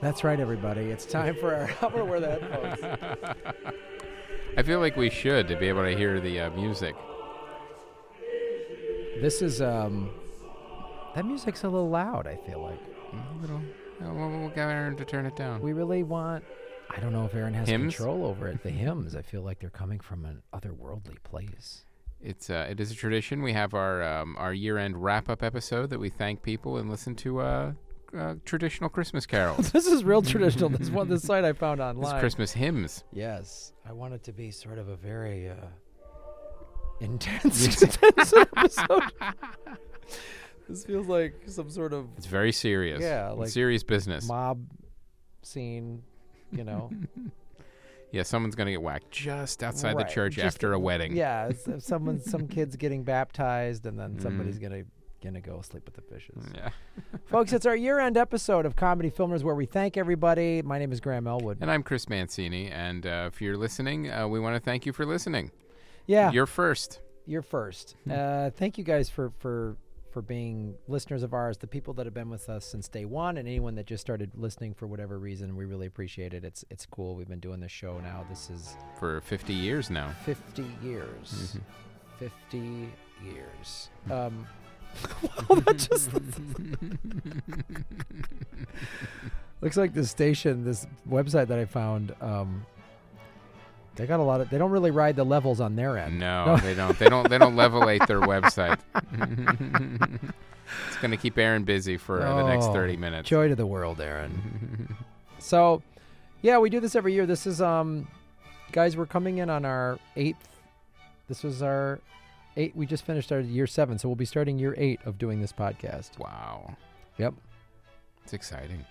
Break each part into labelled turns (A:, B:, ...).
A: That's right, everybody. It's time for our hour where that folks.
B: I feel like we should to be able to hear the uh, music.
A: This is um, that music's a little loud. I feel like
B: A little. uh, We'll, we'll get Aaron to turn it down.
A: we really want. I don't know if Aaron has
B: Hymns?
A: control over it. The hymns. I feel like they're coming from an otherworldly place.
B: It's uh, it is a tradition. We have our um, our year end wrap up episode that we thank people and listen to uh, uh, traditional Christmas carols.
A: This is real traditional. this one, this site I found
B: It's
A: online.
B: Christmas hymns.
A: Yes, I want it to be sort of a very uh, intense, intense episode. this feels like some sort of
B: It's very serious.
A: Yeah,
B: It's
A: like-
B: serious business.
A: mob scene, you know.
B: yeah, someone's gonna get whacked just outside
A: Right,
B: the church
A: just-
B: after a wedding.
A: yeah, it's- if someone, some kid's getting baptized, and then somebody's gonna gonna go sleep with the fishes.
B: Mm. Yeah.
A: Folks, it's our year-end episode of Comedy Filmers where we thank everybody. My name is Graham Elwood.
B: And I'm Chris Mancini, and uh, if you're listening, uh, we want to thank you for listening.
A: Yeah,
B: You're first.
A: you're first. Uh, thank you guys for for for being listeners of ours, the people that have been with us since day one, and anyone that just started listening for whatever reason. We really appreciate it. It's it's cool. We've been doing this show now. This is
B: for 50 years now.
A: 50 years. 50 years. Um, well, that just looks like this station, this website that I found. Um, they got a lot of. They don't really ride the levels on their end.
B: No, they don't. They don't. They don't levelate their website. it's going to keep Aaron busy for uh, the next
A: Oh,
B: 30 minutes.
A: Joy to the world, Aaron. so, yeah, we do this every year. This is um, guys, we're coming in on our eighth. This was our eight. We just finished our year seven, so we'll be starting year eight of doing this podcast.
B: wow,
A: Yep.
B: it's exciting.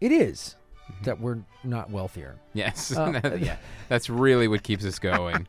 A: It is that we're not wealthier.
B: Yes,
A: Uh,
B: Mm-hmm. that- yeah, that's really what keeps us going.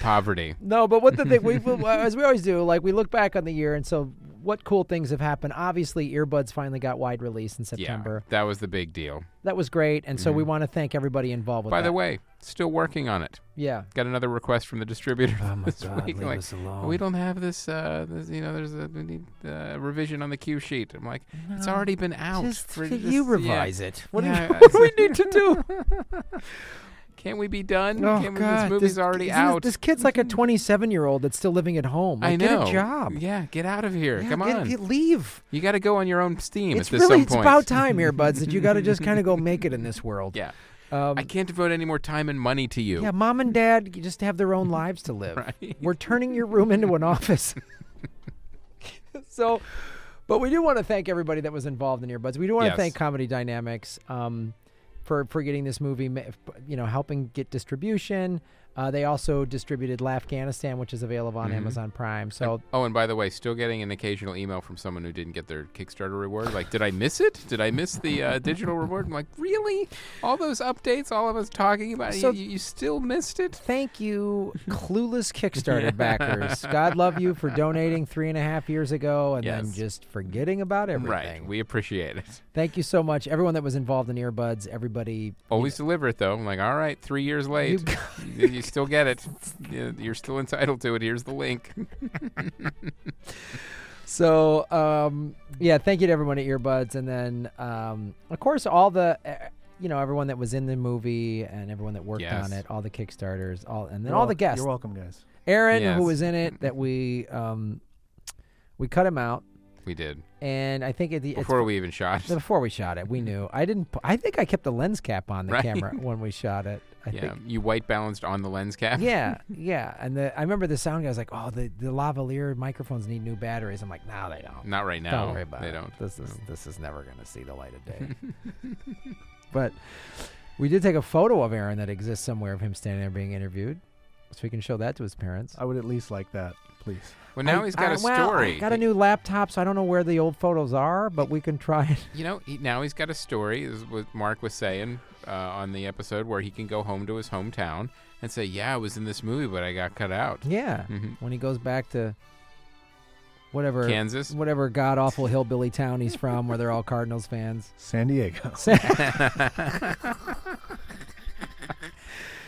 B: Poverty.
A: No, but what the thing we we- as we always do, like we look back on the year, and so what cool things have happened. Obviously, earbuds finally got wide release in
B: Yeah,
A: September.
B: that was the big deal.
A: That was great, and so we want to thank everybody involved. With
B: By the
A: that.
B: way, still working on it.
A: yeah,
B: Got another request from the distributor
A: Oh my
B: this
A: God,
B: week.
A: leave
B: like,
A: us alone.
B: We don't have this. Uh, this you know, there's a we need, uh, revision on the cue sheet. I'm like,
A: Uh,
B: it's already been out. for this- yeah.
A: it. What,
B: Yeah,
A: do you, what do we need to do?
B: Can't we be done?
A: Oh
B: Can't we-
A: God,
B: this movie's already
A: isn't
B: out.
A: This, this kid's like a 27 year old that's still living at home. Like,
B: I know.
A: Get a job.
B: Yeah, get out of here.
A: Yeah,
B: Come
A: get-
B: on.
A: get- leave.
B: you got to go on your own steam
A: It's
B: at this
A: really
B: some
A: it's
B: point.
A: about time, earbuds, that you got to just kind of go make it in this world.
B: yeah.
A: Um,
B: I can't devote any more time and money to you.
A: Yeah, mom and dad just have their own lives to live.
B: Right.
A: We're turning your room into an office. so, but we do want to thank everybody that was involved in Earbuds. We do want
B: Yes.
A: to thank Comedy Dynamics um, for for getting this movie, ma- you know, helping get distribution. Uh, they also distributed Afghanistan, which is available
B: Mm-hmm.
A: on Amazon Prime. So
B: Oh, and by the way, still getting an occasional email from someone who didn't get their Kickstarter reward. Like, did I miss it? Did I miss the uh, digital reward? I'm like, really? All those updates, all of us talking about
A: So-
B: it, you, you still missed it?
A: Thank you, clueless Kickstarter backers. God love you for donating three and a half years ago and then
B: Yes.
A: just forgetting about everything.
B: Right. We appreciate it.
A: Thank you so much, everyone that was involved in earbuds. Everybody,
B: Always deliver it though. I'm like, all right, three years late, you, you still get it. You- You're still entitled to it. Here's the link.
A: So, um, yeah, thank you to everyone at earbuds, and then, um, of course, all the, uh, you know, everyone that was in the movie and everyone that worked
B: Yes.
A: on it, all the kickstarters, all, and then
C: You're
A: all
C: wel-
A: the guests.
C: You're welcome, guys.
A: Aaron,
B: Yes. Mm-hmm.
A: who was in it, that we, um, we cut him out,
B: We did
A: and I think at the it's-
B: before we even shot.
A: before we shot it, we knew I didn't. pu- I think I kept the lens cap on the
B: Mm-hmm. Right.
A: camera when we shot it. I think
B: Yeah, you white balanced on the lens cap.
A: yeah, yeah. And the I remember the sound guy was like, "Oh, the the lavalier microphones need new batteries." I'm like, "No, they don't.
B: Not right now.
A: don't worry about
B: Mm, they
A: it.
B: don't.
A: This is
B: No.
A: this is never gonna see the light of day." but we did take a photo of Aaron that exists somewhere of him standing there being interviewed, so we can show that to his parents.
C: I would at least like that, please.
B: Well, Oh, now
A: I-
B: he's got
A: I-
B: a
A: well, I
B: story.
A: got a new laptop, so I don't know where the old photos are, but we can try it.
B: You know, he, now he's got a story. This is what Mark was saying uh, on the episode where he can go home to his hometown and say, "Yeah, I was in this movie, but I got cut out."
A: Yeah,
B: Mhm.
A: when he goes back to whatever
B: Kansas.
A: whatever god awful hillbilly town he's from, where they're all Cardinals fans.
C: San Diego.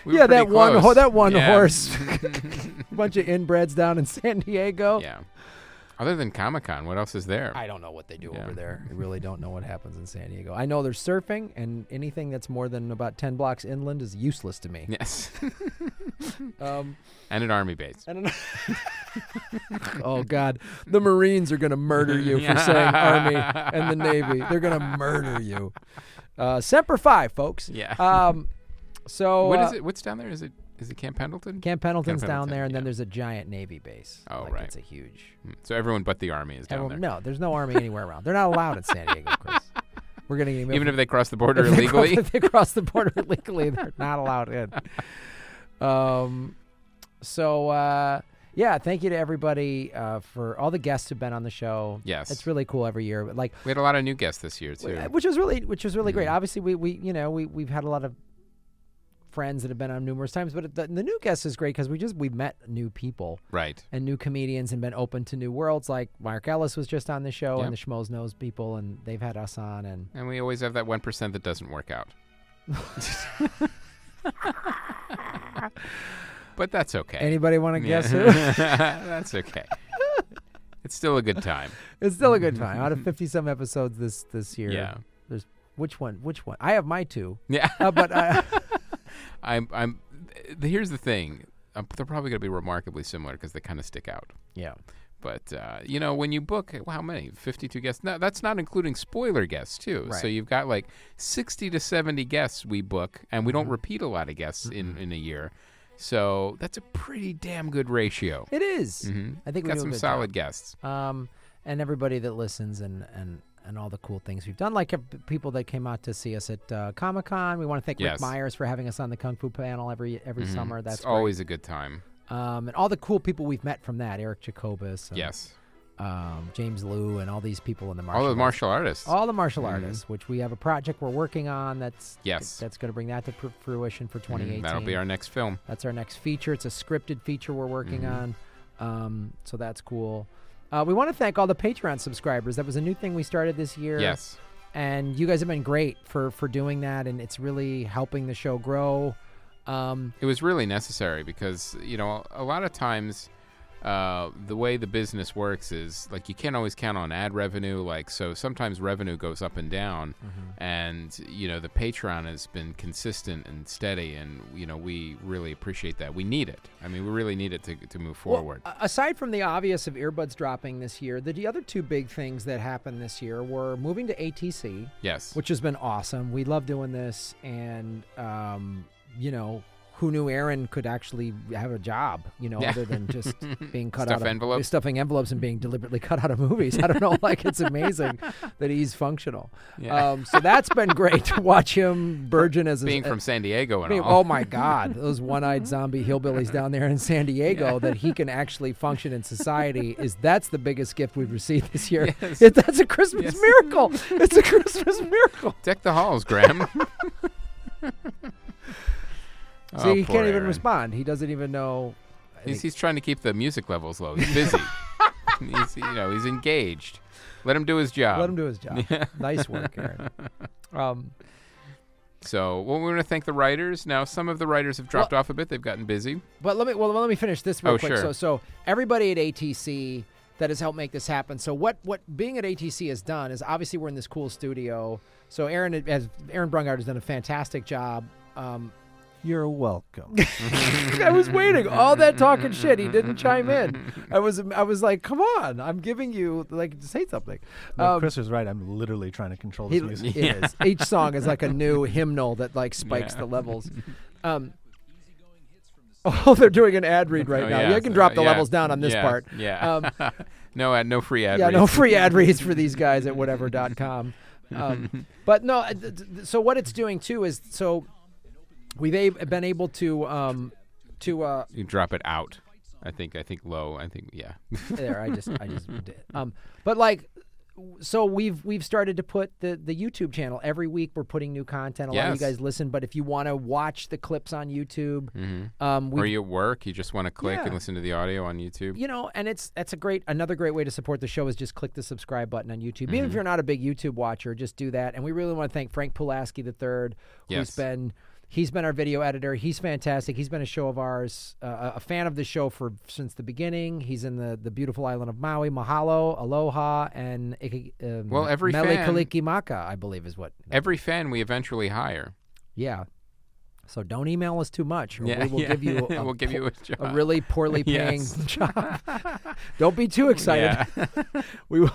B: We were
A: yeah, that
B: pretty
A: one ho-
B: close.
A: that one
B: Yeah.
A: horse, bunch of inbreds down in San Diego.
B: yeah. Other than Comic Con, what else is there?
A: Oh. I don't know what they do
B: Yeah.
A: over there. I really don't know what happens in San Diego. I know there's surfing, and anything that's more than about 10 blocks inland is useless to me.
B: yes,
A: Um,
B: and an army base.
A: and an- oh, God. The Marines are going to murder you for saying Army and the Navy. They're going to murder you. Uh, Semper Fi, folks.
B: Yeah.
A: Um, so,
B: what
A: uh,
B: is it? What's down there? Is it is it Camp Pendleton?
A: Camp Pendleton's
B: Camp
A: down
B: Pendleton,
A: there, and then
B: yeah.
A: there's a giant Navy base.
B: Oh,
A: like,
B: right.
A: It's a huge.
B: Hmm. so everyone but the army is down
A: Everyone-
B: there.
A: no, there's no Army anywhere around. They're not allowed in San Diego, Chris. We're going to get
B: Even if they cross the border
A: If they cross-
B: illegally.
A: if they cross the border illegally, they're not allowed in. Um, so uh, yeah, thank you to everybody uh, for all the guests who've been on the show.
B: Yes.
A: it's really cool every year. Like,
B: we had a lot of new guests this year too. Mm-hmm.
A: which was really, which was really great. Obviously, we we you know we we've had a lot of friends that have been on numerous times, but the, the new guest is great because we just we met new people
B: Right.
A: and new comedians and been open to new worlds. Like Mark Ellis was just on the show,
B: Yep.
A: and the Schmoes knows people, and they've had us on, and
B: And we always have that one percent that doesn't work out. but that's okay.
A: anybody want to
B: Yeah.
A: guess who?
B: that's okay. It's still a good time.
A: It's still a good time. Out of fifty some episodes this this year,
B: Yeah.
A: There's which one? Which one? I have my two,
B: Yeah.
A: uh, but uh,
B: I'm. I'm. th- Here's the thing. Um, they're probably going to be remarkably similar because they kind of stick out.
A: yeah,
B: But uh, you know, when you book, well, how many? Fifty-two guests. No, that's not including spoiler guests too. So
A: Right.
B: you've got like sixty to seventy guests we book, and we
A: Mm-hmm.
B: don't repeat a lot of guests in in a year. So that's a pretty damn good ratio.
A: it is.
B: Mhm.
A: I think we
B: got
A: do a
B: some
A: good
B: solid guests.
A: job. Um, and everybody that listens and and and all the cool things we've done, like uh, p- people that came out to see us at uh, Comic Con. We want to thank Rick
B: Yes.
A: Myers for having us on the Kung Fu panel every every
B: Mhm.
A: summer. That's
B: it's
A: great.
B: always a good time.
A: um, and all the cool people we've met from that. Eric Jacobus, and,
B: yes,
A: um, James Liu, and all these people in the martial
B: all the
A: arts.
B: martial artists.
A: all the martial
B: Mhm.
A: artists, which we have a project we're working on that's
B: Yes.
A: that's going to bring that to pr- fruition for
B: Mhm.
A: 2018.
B: That'll be our next film.
A: that's our next feature. It's a scripted feature we're working
B: Mhm.
A: on, um, so that's cool. Uh, we want to thank all the Patreon subscribers. That was a new thing we started this year.
B: Yes,
A: and you guys have been great for for doing that, and it's really helping the show grow. Um,
B: it was really necessary because you know a lot of times uh, the way the business works is like you can't always count on ad revenue like so sometimes revenue goes up and down and you know the patreon has been consistent and steady and you know we really appreciate that we need it i mean we really need it to, to move
A: well,
B: forward
A: a- aside from the obvious of earbuds dropping this year, the, the other two big things that happened this year were moving to ATC.
B: yes
A: which has been awesome. We love doing this, and um, you know, who knew Aaron could actually have a job? You know,
B: Yeah.
A: other than just being cut
B: Stuff
A: out of
B: envelopes.
A: stuffing envelopes, and being deliberately cut out of movies. I don't know, like it's amazing that he's functional.
B: Yeah.
A: Um, so that's been great to watch him burgeon as a-
B: being from san diego and
A: I mean,
B: all
A: oh my God, those one-eyed zombie hillbillies down there in San Diego that he can actually function in society is that's the biggest gift we've received this year.
B: Yes.
A: It- that's a Christmas
B: Yes.
A: miracle. It's a Christmas miracle.
B: deck the halls graham
A: See,
B: Oh,
A: he
B: poor
A: can't even
B: Aaron.
A: respond. He doesn't even know. I
B: He's,
A: think-
B: he's trying to keep the music levels low. He's busy. he's you know he's engaged. Let him do his job.
A: Let him do his job. nice work, Aaron. Um,
B: So well, we want to thank the writers. Now some of the writers have dropped off a bit. They've gotten busy.
A: but let me well, let me finish this real
B: Oh,
A: quick.
B: sure.
A: So so everybody at ATC that has helped make this happen. So what what being at ATC has done is obviously we're in this cool studio. So Aaron has Aaron Brungard has done a fantastic job. Um,
C: You're welcome.
A: I was waiting all that talking shit. He didn't chime in. I was I was like, come on, I'm giving you like say something.
C: No,
A: Um,
C: Chris is right. I'm literally trying to control this
A: It-
C: music.
A: It is. Each song is like a new hymnal that like spikes
B: Yeah.
A: the levels. Um, oh, they're doing an ad read right
B: Oh,
A: now.
B: yeah,
A: Yeah, I can drop the
B: yeah,
A: levels down on this
B: yeah,
A: part. Uh,
B: Yeah. no ad. No free ad.
A: Um, yeah,
B: reads.
A: no free ad reads for these guys at whatever.com. Um, but no, uh, th- th- so what it's doing too is so we've a- been able to um, to uh,
B: You drop it out. I think. I think low. I think. Yeah.
A: there i just i just did um but like w- so we've we've started to put the the youtube channel every week we're putting new content a lot of
B: Yes.
A: you guys listen but if you want to watch the clips on youtube um we
B: Mm-hmm. Or you at work? You just want to click and listen to the audio on YouTube.
A: you know and it's that's a great another great way to support the show is just click the subscribe button on youtube even if
B: Mm-hmm.
A: you're not a big youtube watcher just do that and we really want to thank frank pulaski the third
B: Yes.
A: who's been He's been our video editor. He's fantastic. He's been a show of ours, uh, a- a fan of the show for since the beginning. He's in the, the beautiful island of Maui. Mahalo, aloha, and iki- um,
B: Well, every
A: mele
B: fan-
A: kalikimaka, I believe, is what.
B: Every fan we eventually hire.
A: Yeah. So don't email us too much, or
B: Yeah,
A: we will
B: yeah.
A: give you a,
B: we'll give
A: po-
B: you a job.
A: a really poorly paying
B: Yes.
A: job. don't be too excited.
B: yeah.
A: We will,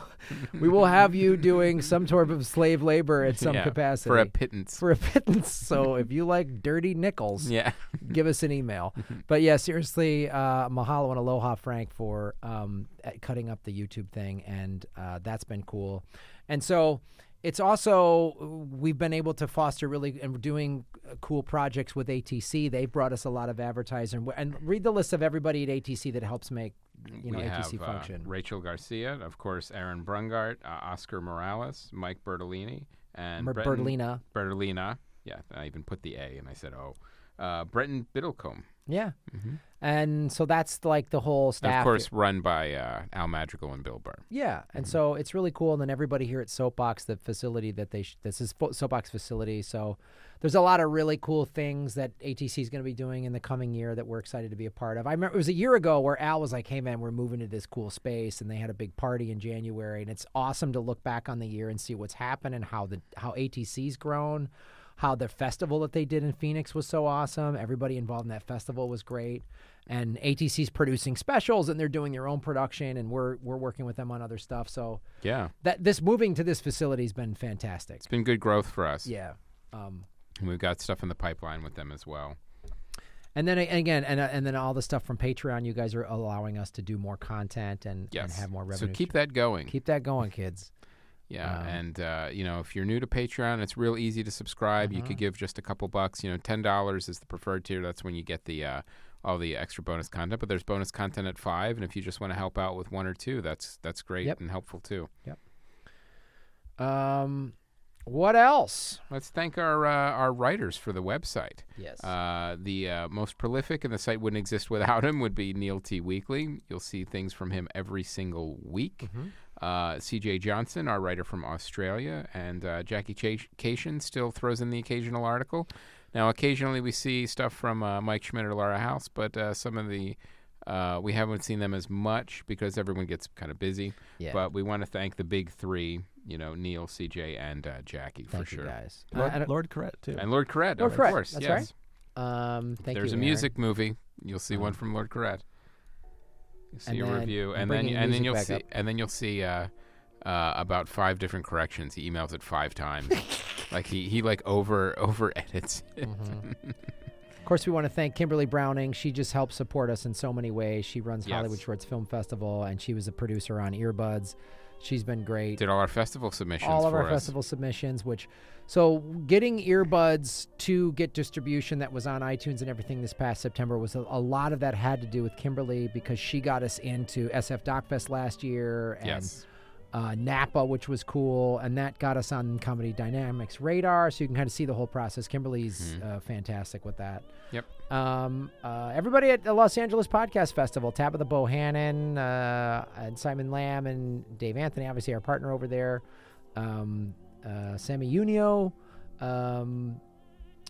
A: we will have you doing some sort of slave labor at some
B: Yeah,
A: capacity
B: for a pittance.
A: for a pittance. So if you like dirty nickels,
B: yeah.
A: give us an email. But yeah, seriously, uh, mahalo and aloha, Frank, for um, at cutting up the YouTube thing, and uh, that's been cool. And so it's also we've been able to foster really and we're doing uh, cool projects with ATC. They've brought us a lot of advertisers, and, and read the list of everybody at ATC that helps make you know
B: we have
A: ATC
B: uh,
A: function.
B: Rachel Garcia, of course, Aaron Brungart, uh, Oscar Morales, Mike Bertolini, and
A: Mer-
B: Breton-
A: Bertolina.
B: Bertolina. Yeah, I even put the A and I said oh. Uh, Breton Biddlecombe,
A: Yeah. And so that's like the whole staff.
B: Mm-hmm. of course, Mm-hmm. run by uh, Al Madrigal and Bill Burr.
A: Yeah, and so it's really cool. And then everybody here at Soapbox, the facility that they sh- this is Fo- Soapbox facility. So there's a lot of really cool things that ATC is going to be doing in the coming year that we're excited to be a part of. I remember it was a year ago where Al was like, "Hey man, we're moving to this cool space," and they had a big party in January. And it's awesome to look back on the year and see what's happened and how the how ATC's grown. How the festival that they did in Phoenix was so awesome. Everybody involved in that festival was great and ATC's producing specials and they're doing their own production and we're we're working with them on other stuff. So
B: Yeah,
A: that this moving to this facility's been fantastic.
B: it's been good growth for us.
A: Yeah. Um,
B: And we've got stuff in the pipeline with them as well.
A: and then a- again, and, and then all the stuff from Patreon, you guys are allowing us to do more content and,
B: Yes,
A: and have more revenue.
B: So keep that going.
A: keep that going, kids.
B: Yeah,
A: Um,
B: and uh, you know, if you're new to Patreon, it's real easy to subscribe. You could
A: Mm-hmm.
B: give just a couple bucks. You know, ten dollars is the preferred tier. That's when you get the uh, all the extra bonus content. But there's bonus content at five, and if you just want to help out with one or two, that's that's great
A: Yep.
B: and helpful too.
A: Um, what else?
B: Let's thank our uh, our writers for the website.
A: Yes.
B: Uh, the uh, most prolific, and the site wouldn't exist without him, would be Neil T. Weekly. You'll see things from him every single week.
A: Mm-hmm.
B: Uh, CJ Johnson, our writer from Australia, and uh, Jackie Ch- Cation still throws in the occasional article. Now, occasionally we see stuff from uh, Mike Schmidt or Laura House, but uh, some of the uh, we haven't seen them as much because everyone gets kind of busy.
A: Yeah.
B: But we want to thank the big three, you know, Neil, CJ, and uh, Jackie
A: Thank
B: for
A: you
B: sure.
A: guys. Uh,
C: Lord,
A: and-
C: Lord Corrette, too.
B: And Lord Corrette,
A: Lord
B: of
A: Corrette,
B: course.
A: that's
B: yes.
A: right. um, thank
B: There's
A: you, Aaron.
B: a music movie. You'll see one from Lord Corrette. You'll see
A: and
B: a
A: then-
B: review,
A: I'm
B: and then
A: bringing
B: and then
A: music
B: you'll
A: back
B: see
A: up.
B: and then you'll see uh, uh, about five different corrections. He emails it five times. like he, he like over over edits. it.
A: Mm. Of course, we want to thank Kimberly Browning. She just helps support us in so many ways. She runs
B: Yes.
A: Hollywood Shorts Film Festival, and she was a producer on Earbuds. She's been great.
B: Did all our festival submissions
A: All of
B: for
A: our
B: us.
A: festival submissions, which so getting Earbuds to get distribution that was on iTunes and everything this past September was a, a lot of that had to do with Kimberly because she got us into SF DocFest last year and
B: Yes.
A: uh, Napa, which was cool, and that got us on Comedy Dynamics radar, so you can kind of see the whole process. Kimberly's uh, fantastic with that.
B: Mm-hmm. Yep.
A: Um, uh, everybody at the Los Angeles Podcast Festival, Tabitha Bohannon, uh, and Simon Lamb, and Dave Anthony, obviously our partner over there, um, uh, Sammy Unio. Um,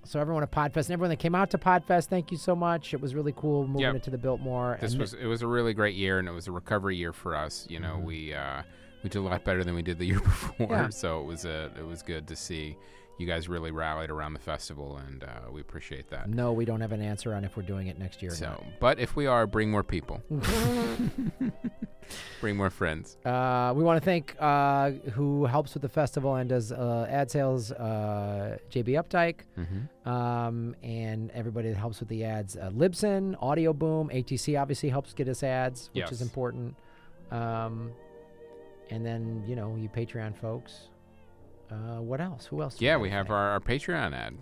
A: so everyone at Podfest and everyone that came out to Podfest, thank you so much. It was really cool moving
B: Yep.
A: it to the Biltmore.
B: This
A: and
B: was it was a really great year, and it was a recovery year for us. You know, we uh, we did a lot better than we did the year before,
A: Mm-hmm. Yeah.
B: so it was a, it was good to see you guys really rallied around the festival, and uh, we appreciate that.
A: no, we don't have an answer on if we're doing it next year. or not.
B: So, but if we are, bring more people. bring more friends.
A: Uh, we want to thank uh, who helps with the festival and does uh, ad sales, uh, JB Updike, um, and everybody that helps with the ads. Uh, Libsyn, Audio Boom, ATC obviously helps get us ads, which is
B: Yes.
A: important. Um, and then you know you Patreon folks. Uh, what else? Who else? do
B: Yeah,
A: wanna
B: we have
A: thank?
B: our, our Patreon ad.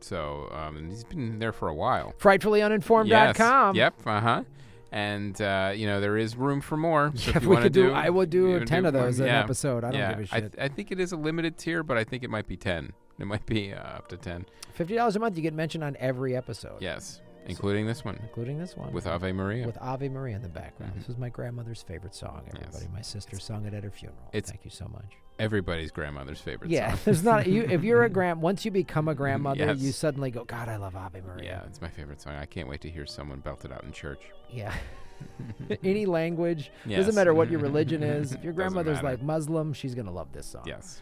B: So um, and he's been there for a while. Yes.
A: frightfullyuninformed.com.
B: Yep. Uh huh. And uh, you know there is room for more. So
A: If,
B: if you
A: we
B: want to
A: could do,
B: do,
A: I will
B: you
A: do
B: wanna
A: ten of
B: more-
A: those in
B: yeah.
A: an episode. I don't
B: yeah.
A: give a shit.
B: I, th- I think it is a limited tier, but I think it might be ten. It might be uh, up to ten.
A: Fifty dollars a month, you get mentioned on every episode.
B: Yes. including this one
A: including this one
B: with Ave Maria.
A: with Ave Maria in the background.
B: Mhm.
A: This was my grandmother's favorite song. Everybody, my sister sung it at her funeral.
B: it's-
A: Thank you so much.
B: Everybody's grandmother's favorite
A: Yeah,
B: song.
A: there's not you. If you're a grand, once you become a grandmother, you
B: Yes.
A: suddenly go, God, I love Ave
B: Yeah,
A: Maria.
B: it's my favorite song. I can't wait to hear someone belt it out in church.
A: Yeah, any language
B: Yes.
A: doesn't matter what your religion is. If your
B: Doesn't
A: grandmother's
B: matter.
A: like Muslim, she's gonna love this song.
B: Yes.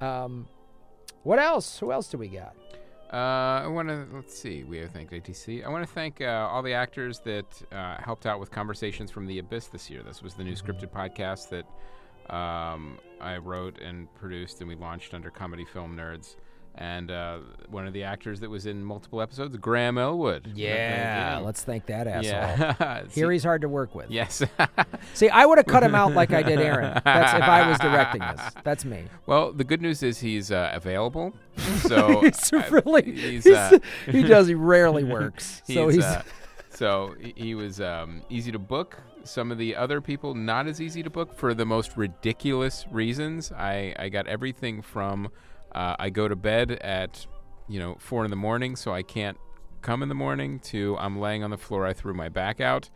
A: Um, what else? Who else do we got?
B: Uh, I want to let's see. We have thanked ATC. I want to thank uh, all the actors that uh, helped out with conversations from the abyss this year. This was the new
A: Mm-hmm.
B: scripted podcast that um, I wrote and produced, and we launched under Comedy Film Nerds. And uh, one of the actors that was in multiple episodes, Graham Elwood. Wanna thank him.
A: let's thank that asshole.
B: yeah. See-
A: Here he's hard to work with.
B: Yes.
A: See, I would have cut him out like I did Aaron. That's if I was directing this. That's me.
B: well, the good news is he's uh, available. So
A: He's
B: I-
A: really
B: he's,
A: he's-
B: uh,
A: he does he rarely works. so he's
B: uh, so he- he was um, easy to book. Some of the other people not as easy to book for the most ridiculous reasons. I I got everything from uh, I go to bed at you know four in the morning, so I can't come in the morning. To I'm laying on the floor, I threw my back out.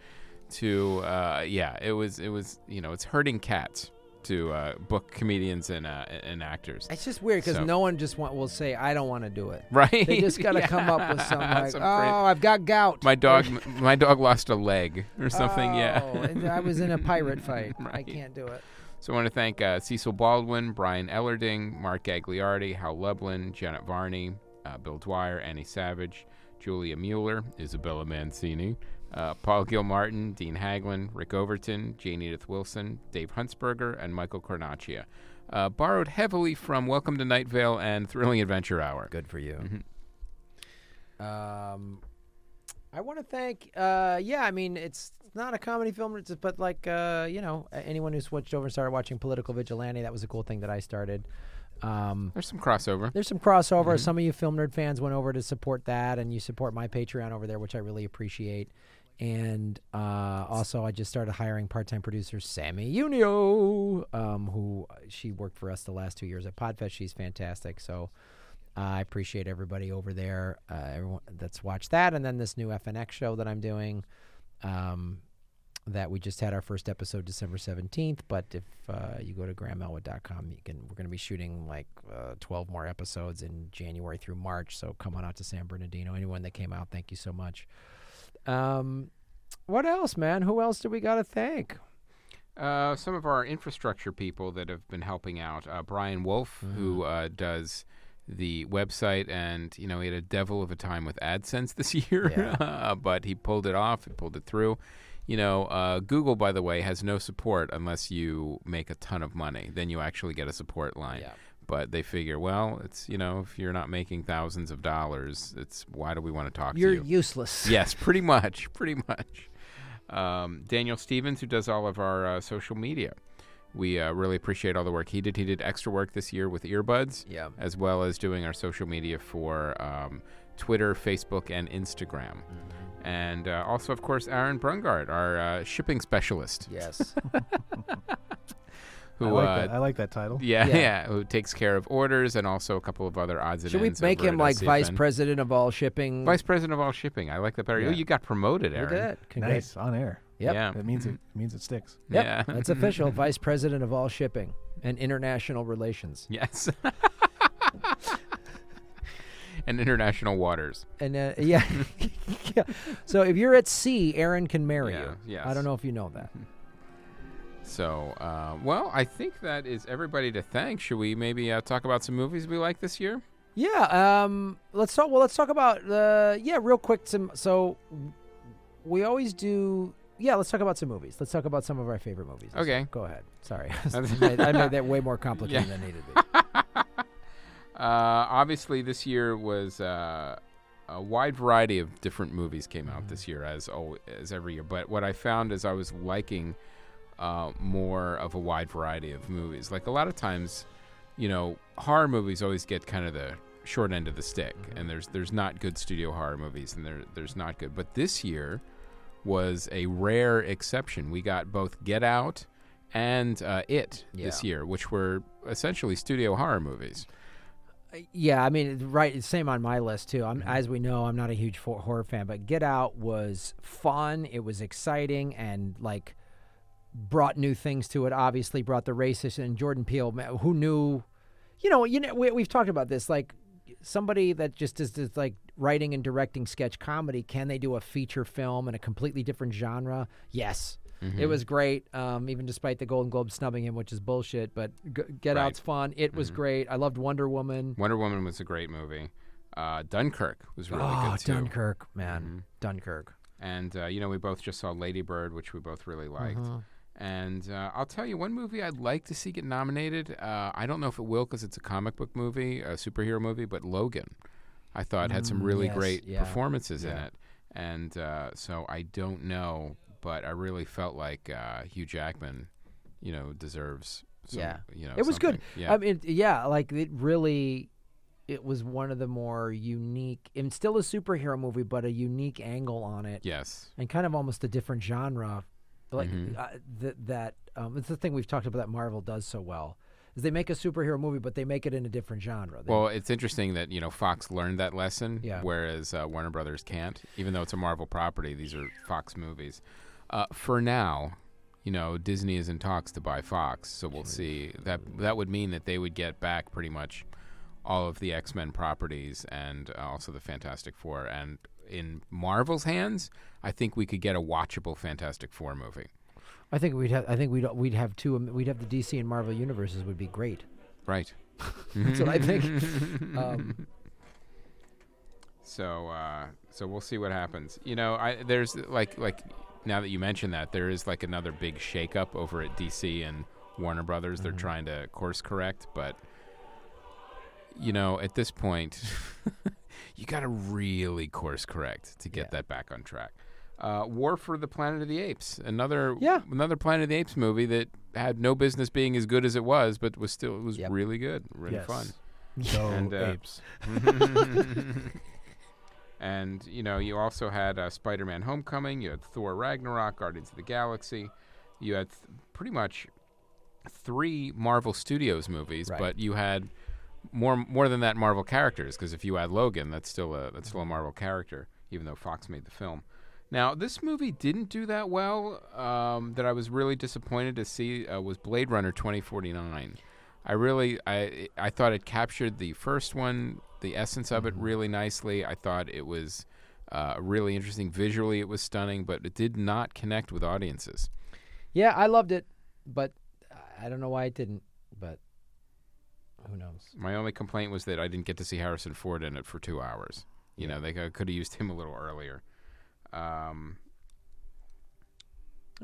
B: To uh, yeah, it was it was you know it's hurting cats to uh, book comedians and uh, and actors.
A: it's just weird because
B: So-
A: no one just want will say I don't want to do it.
B: Right?
A: They just got to come up with some like,
B: Some
A: oh,
B: cra-
A: I've got gout.
B: my dog, my dog lost a leg or something.
A: Oh,
B: yeah.
A: and I was in a pirate fight. I
B: Right.
A: can't do it.
B: So I want to thank uh, Cecil Baldwin, Brian Ellerding, Mark Gagliardi, Hal Lublin, Janet Varney, uh, Bill Dwyer, Annie Savage, Julia Mueller, Isabella Mancini, uh, Paul Gilmartin, Dean Haglin, Rick Overton, Jane Edith Wilson, Dave Huntsberger, and Michael Cornacchia. Uh, borrowed heavily from Welcome to Night Vale and Thrilling Adventure Hour.
A: Good for you. Um, I want to thank. Uh, yeah, I mean, it's not a comedy film, it's- but like uh, you know, a- anyone who switched over and started watching Political Vigilante, that was a cool thing that I started. Um,
B: There's some crossover.
A: there's some crossover. Some of you film nerd fans went over to support that, and you support my Patreon over there, which I really appreciate. And uh, also, I just started hiring part-time producer Sammy Unio, um, who she worked for us the last two years at Podfest. She's fantastic, so I appreciate everybody over there. Uh, everyone that's watched that, and then this new FNX show that I'm doing. Um, that we just had our first episode December 17th. But if uh, you go to grahamelwood.com, you can we're going to be shooting like uh, 12 more episodes in January through March. So come on out to San Bernardino. Anyone that came out, thank you so much. Um, what else, man? Who else do we got to thank?
B: Uh, some of our infrastructure people that have been helping out. Uh, Brian Wolf, who
A: Mm-hmm.
B: uh, does the website, and you know he had a devil of a time with AdSense this year, uh, but he pulled it off. He pulled it through. You know, uh, Google, by the way, has no support unless you make a ton of money. Then you actually get a support line.
A: Yeah.
B: But they figure, well, it's you know, if you're not making thousands of dollars, it's why do we want to talk
A: You're
B: to you?
A: useless.
B: yes, pretty much, pretty much. Um, Daniel Stevens, who does all of our uh, social media, we uh, really appreciate all the work he did. He did extra work this year with earbuds,
A: Yeah.
B: as well as doing our social media for um, Twitter, Facebook, and Instagram. And uh, also, of course, Aaron Brungard, our uh, shipping specialist,
A: Yes.
B: who
C: I like,
B: uh,
C: that. I like that title.
B: yeah,
A: Yeah.
B: yeah, who takes care of orders and also a couple of other odds and
A: Should we
B: ends
A: make
B: over
A: him
B: at
A: like vice
B: SCFN.
A: president of all shipping?
B: vice president of all shipping? I like that better.
C: Yeah.
B: Oh, you got promoted,
A: Look
B: Aaron.
A: at that. Congrats.
C: Nice on air.
A: Yep.
B: Yeah.
C: That means it,
B: Mm-hmm.
C: it means it sticks.
A: Yep.
B: Yeah.
A: That's official. Vice president of all shipping and international relations.
B: Yes. and international waters.
A: And uh, yeah. yeah. So if you're at sea, Aaron can marry
B: Yeah,
A: you.
B: yes.
A: I don't know if you know that.
B: So, uh, well, I think that is everybody to thank. Should we maybe uh, talk about some movies we like this year?
A: Yeah. Um. Let's talk. Well, let's talk about uh, yeah, real quick. Some. So we always do. Yeah. Let's talk about some movies. Let's talk about some of our favorite movies. Let's-
B: Okay.
A: Go ahead. Sorry, I, made, I made that way more complicated than it needed to be.
B: Uh, obviously, this year was uh, a wide variety of different movies came out this year, as al- as every year. But what I found is I was liking uh, more of a wide variety of movies. Like a lot of times, you know, horror movies always get kind of the short end of the stick, and there's there's not good studio horror movies, and there there's not good. But this year was a rare exception. We got both Get Out and uh, It this
A: Yeah.
B: year, which were essentially studio horror movies.
A: Uh, yeah, I mean, right. it's Same on my list too. I'm, as we know, I'm not a huge for- horror fan, but Get Out was fun. It was exciting and like brought new things to it. Obviously, brought the racist and Jordan Peele. man, Who knew? You know, you know, we, we've talked about this. Like somebody that just is, is like writing and directing sketch comedy. Can they do a feature film in a completely different genre? Yes. It was great, um, even despite the Golden Globe snubbing him, which is bullshit. But G- Get
B: Right.
A: Out's fun. It was great. I loved Wonder Woman.
B: Wonder Woman was a great movie. Uh, Dunkirk was really
A: oh,
B: good too. Mm-hmm.
A: Dunkirk, man, Dunkirk.
B: And uh, you know, we both just saw Lady Bird, which we both really liked.
A: Uh-huh.
B: And uh, I'll tell you one movie I'd like to see get nominated. Uh, I don't know if it will because it's a comic book movie, a superhero movie, but Logan, I thought had some really
A: Mm, yes,
B: great
A: yeah,
B: performances in it. And uh, so I don't know, but I really felt like uh, Hugh Jackman, you know, deserves. Some,
A: Yeah.
B: you know,
A: it was
B: something.
A: good.
B: Yeah,
A: I mean, yeah, like it really, it was one of the more unique and still a superhero movie, but a unique angle on it,
B: yes,
A: and kind of almost a different genre. Like
B: Mm-hmm.
A: uh, th- that, um, it's the thing we've talked about that Marvel does so well is they make a superhero movie, but they make it in a different genre. They-
B: Well, it's interesting that you know Fox learned that lesson,
A: Yeah.
B: whereas uh, Warner Brothers can't. Even though it's a Marvel property, these are Fox movies. Uh, for now, you know Disney is in talks to buy Fox, so we'll see. That that would mean that they would get back pretty much all of the X Men properties and uh, also the Fantastic Four. And in Marvel's hands, I think we could get a watchable Fantastic Four movie.
A: I think we'd have, I think we'd we'd have two, um, we'd have the DC and Marvel universes would be great.
B: Right.
A: That's what I think. um,
B: So uh, so we'll see what happens. You know, I there's like like now that you mention that there is like another big shakeup over at DC and Warner Brothers.
A: Mm-hmm.
B: They're trying to course correct, but you know, at this point, you got to really course correct to get
A: Yeah.
B: that back on track. Uh, War for the Planet of the Apes, another
A: Yeah.
B: another Planet of the Apes movie that had no business being as good as it was, but was still it was
A: Yep.
B: really good, really fun.
C: Go
B: And, uh,
C: apes.
B: And you know, you also had uh, Spider-Man: Homecoming. You had Thor: Ragnarok, Guardians of the Galaxy. You had th- pretty much three Marvel Studios movies,
A: Right.
B: but you had more more than that Marvel characters. Because if you add Logan, that's still a that's still a Marvel character, even though Fox made the film. Now, this movie didn't do that well. Um, that I was really disappointed to see uh, was Blade Runner 2049. I really I I thought it captured the first one, the essence of it really nicely. I thought it was uh, really interesting visually. It was stunning, but it did not connect with audiences.
A: Yeah, I loved it, but I don't know why it didn't. But who knows?
B: My only complaint was that I didn't get to see Harrison Ford in it for two hours. You know, they could have used him a little earlier. Um,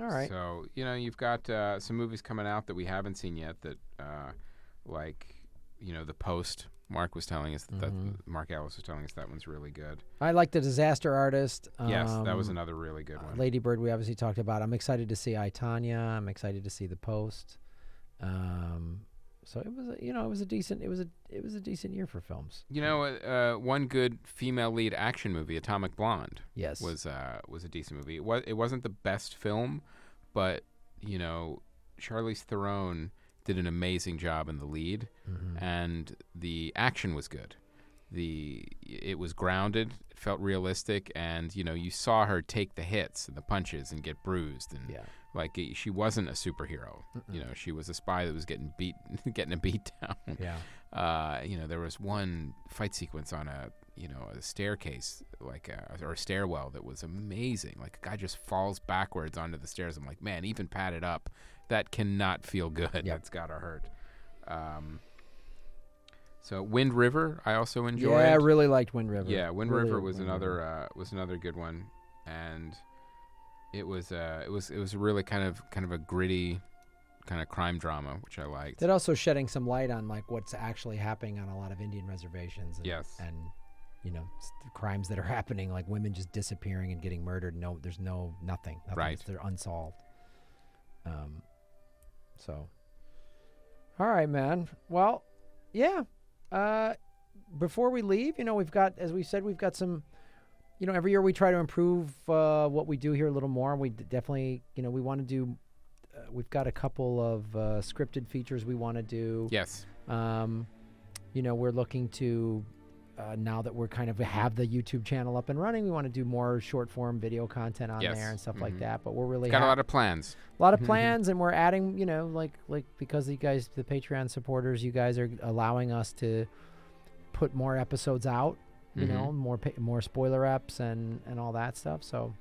A: All right.
B: So you know you've got uh, some movies coming out that we haven't seen yet. That uh, like you know the post. Mark was telling us that,
A: Mm-hmm.
B: that Mark Ellis was telling us that one's really good.
A: I like the Disaster Artist.
B: yes, that was
A: um,
B: another really good one.
A: Lady Bird. We obviously talked about. I'm excited to see I Tanya. I'm excited to see The Post. Um, so it was, a, you know, it was a decent, it was a, it was a decent year for films.
B: You know, uh, uh, one good female lead action movie, Atomic Blonde,
A: Yes.
B: was uh, was a decent movie. It was it wasn't the best film, but you know, Charlize Theron did an amazing job in the lead,
A: Mm-hmm.
B: and the action was good. The it was grounded, it felt realistic, and you know, you saw her take the hits and the punches and get bruised, and
A: Yeah. Mm.
B: like it, she wasn't a superhero. You know, she was a spy that was getting beat, getting a beat down
A: Yeah.
B: uh, you know, there was one fight sequence on a you know a staircase like a, or a stairwell that was amazing. Like a guy just falls backwards onto the stairs. I'm like, man, even padded up, that cannot feel good. That's gotta hurt. Um, so Wind River, I also enjoyed.
A: Yeah. I really liked Wind River.
B: Yeah, Wind
A: Really
B: River
A: liked
B: was
A: Wind
B: another uh, was another good one, and it was uh, it was it was really kind of kind of a gritty kind of crime drama, which I liked.
A: That also shedding some light on like what's actually happening on a lot of Indian reservations. And,
B: Yes.
A: And you know s- the crimes that are happening, like women just disappearing and getting murdered. No, there's no nothing. nothing
B: Right.
A: it's- They're unsolved. Um. So. All right, man. Well, yeah. Uh, before we leave, you know, we've got, as we said, we've got some. You know, every year we try to improve uh, what we do here a little more. We d- definitely, you know, we want to do. Uh, we've got a couple of uh, scripted features we want to do.
B: Yes.
A: Um, you know, we're looking to uh, now that we're kind of have the YouTube channel up and running, we want to do more short form video content on
B: Yes.
A: there and stuff like
B: Mhm.
A: that. But we're really
B: Got a
A: hap-
B: lot of plans.
A: a lot of
B: Mhm.
A: plans and we're adding you know like like because you guys the patreon supporters you guys are allowing us to put more episodes out you
B: Mhm.
A: know more pa- more spoiler apps and and all that stuff so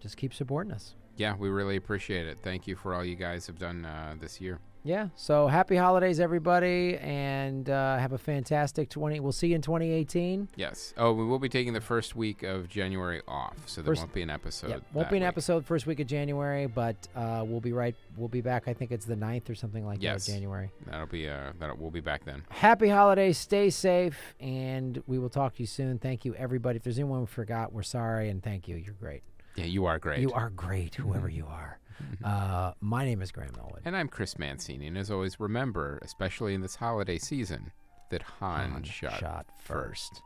A: just keep supporting us
B: Yeah, we really appreciate it. Thank you for all you guys have done uh, this year.
A: yeah so happy holidays everybody and uh, have a fantastic 20 we'll see you in 2018
B: Yes. Oh, we will be taking the first week of January off, so there will
A: First-
B: won't be an episode.
A: yeah, won't
B: that
A: be an
B: week.
A: episode first week of January, but uh, we'll be right. We'll be back. I think it's the 9th or something like
B: Yes.
A: that. Of January.
B: That'll be uh, that we'll be back then.
A: happy holidays stay safe and we will talk to you soon thank you everybody if there's anyone we forgot we're sorry and thank you you're great
B: Yeah, you are great. Mm-hmm.
A: you are great whoever you are uh, my name is graham Elwood.
B: And I'm Chris Mancini, and as always, remember, especially in this holiday season, that Han,
A: Han
B: shot,
A: shot first.